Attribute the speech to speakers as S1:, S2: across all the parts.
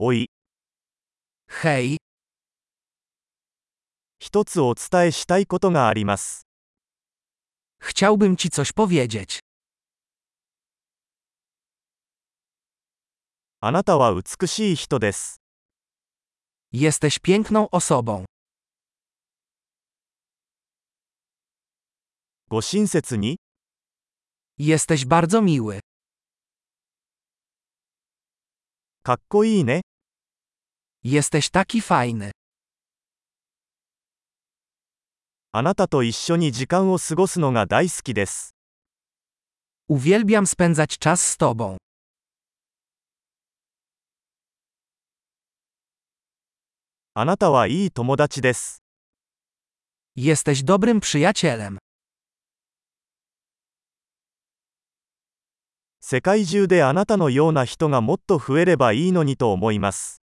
S1: おい、
S2: Hej,
S1: 一つお伝えしたいことがあります。
S2: chciałbym ci coś powiedzieć.
S1: あなたは美しい人です。
S2: Jesteś piękną osobą.
S1: ご親切に、
S2: Jesteś bardzo miły.
S1: かっこいいね。
S2: Jesteś taki fajny.
S1: あなたと一緒に時間を過ごすのが大好きです。
S2: Uwielbiam spędzać czas z tobą.
S1: あなたはいい友達です。
S2: Jesteś dobrym przyjacielem.
S1: 世界中であなたのような人がもっと増えればいいのにと思います。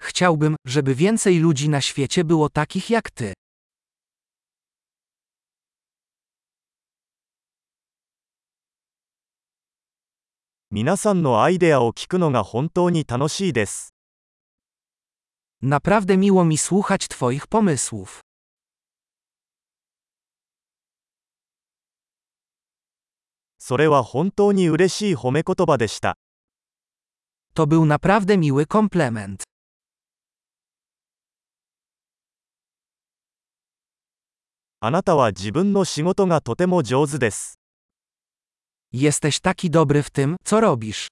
S2: Chciałbym, żeby więcej ludzi na świecie było takich jak ty.
S1: 皆さんのアイデアを聞くのが本当に楽しいです。
S2: Naprawdę miło mi słuchać twoich pomysłów.
S1: それは本当に嬉しい褒め言葉でした。
S2: To był naprawdę miły komplement.
S1: あなたは自分の仕事がとても上手です。
S2: Jesteś taki dobry w tym, co robisz.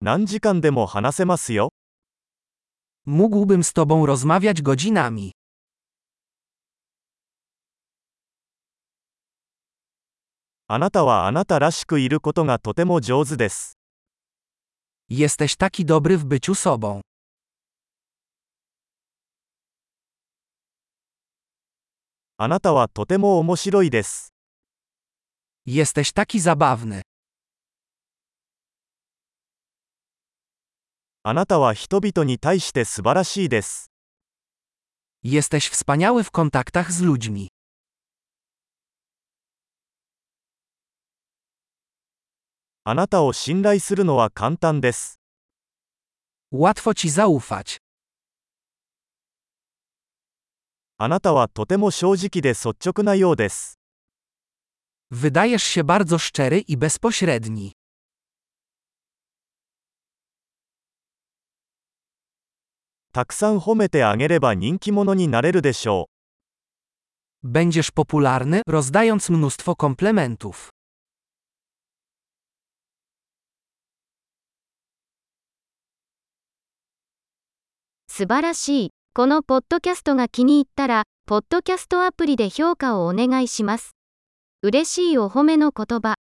S1: 何時間でも話せますよ。
S2: Mógłbym z tobą rozmawiać godzinami.
S1: あなたはあなたらしくいることがとても上手です。
S2: Jesteś taki dobry w byciu sobą.
S1: あなたはとても面白いです。
S2: Jesteś taki zabawny.
S1: あなたは人々に対して素晴らしいです。
S2: Jesteś wspaniały w kontaktach z ludźmi.
S1: あなたを信頼するのは簡単です。
S2: Łatwo ci zaufać.
S1: あなたはとても正直で率直なようです。
S2: Wydajesz się bardzo szczery i bezpośredni.
S1: たくさん褒めてあげれば人気者になれるでしょう。
S2: Będziesz popularny, rozdając mnóstwo komplementów.
S3: 素晴らしい。このポッドキャストが気に入ったら、ポッドキャストアプリで評価をお願いします。嬉しいお褒めの言葉。